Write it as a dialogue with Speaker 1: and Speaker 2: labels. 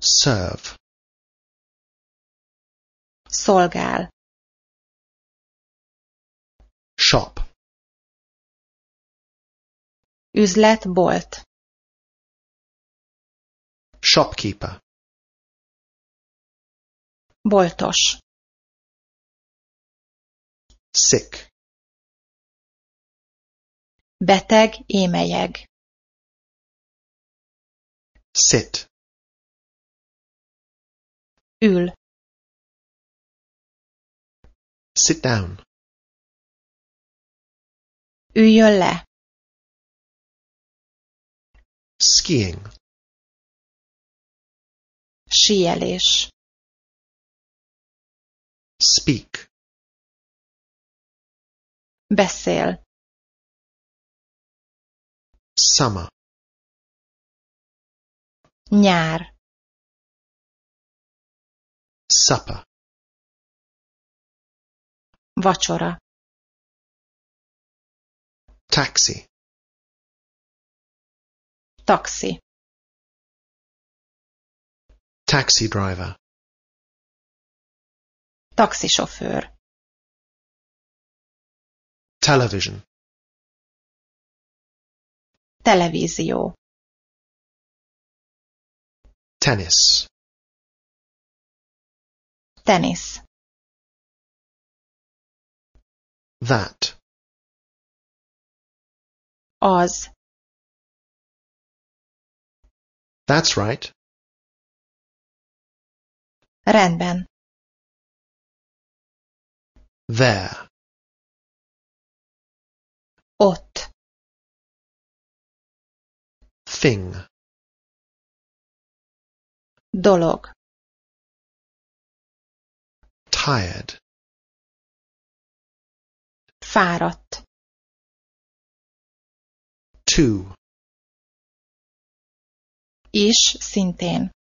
Speaker 1: Serve
Speaker 2: Szolgál.
Speaker 1: Shop
Speaker 2: Üzlet, bolt.
Speaker 1: Shopkeeper
Speaker 2: Boltos.
Speaker 1: Sick
Speaker 2: Beteg, émelyeg.
Speaker 1: Sit
Speaker 2: Ül.
Speaker 1: Sit down
Speaker 2: Üljön le.
Speaker 1: Skiing
Speaker 2: Síelés.
Speaker 1: Speak
Speaker 2: Beszél.
Speaker 1: Summer
Speaker 2: Nyár.
Speaker 1: Supper
Speaker 2: Vacsora.
Speaker 1: Taxi
Speaker 2: Taxi.
Speaker 1: Taxi driver
Speaker 2: Taxisofőr.
Speaker 1: Television
Speaker 2: Televízió.
Speaker 1: Tennis
Speaker 2: Tenisz.
Speaker 1: That
Speaker 2: Az.
Speaker 1: That's right
Speaker 2: Rendben.
Speaker 1: There
Speaker 2: Ott.
Speaker 1: Thing
Speaker 2: Dolog.
Speaker 1: Tired
Speaker 2: Fáradt.
Speaker 1: Two
Speaker 2: Is szintén.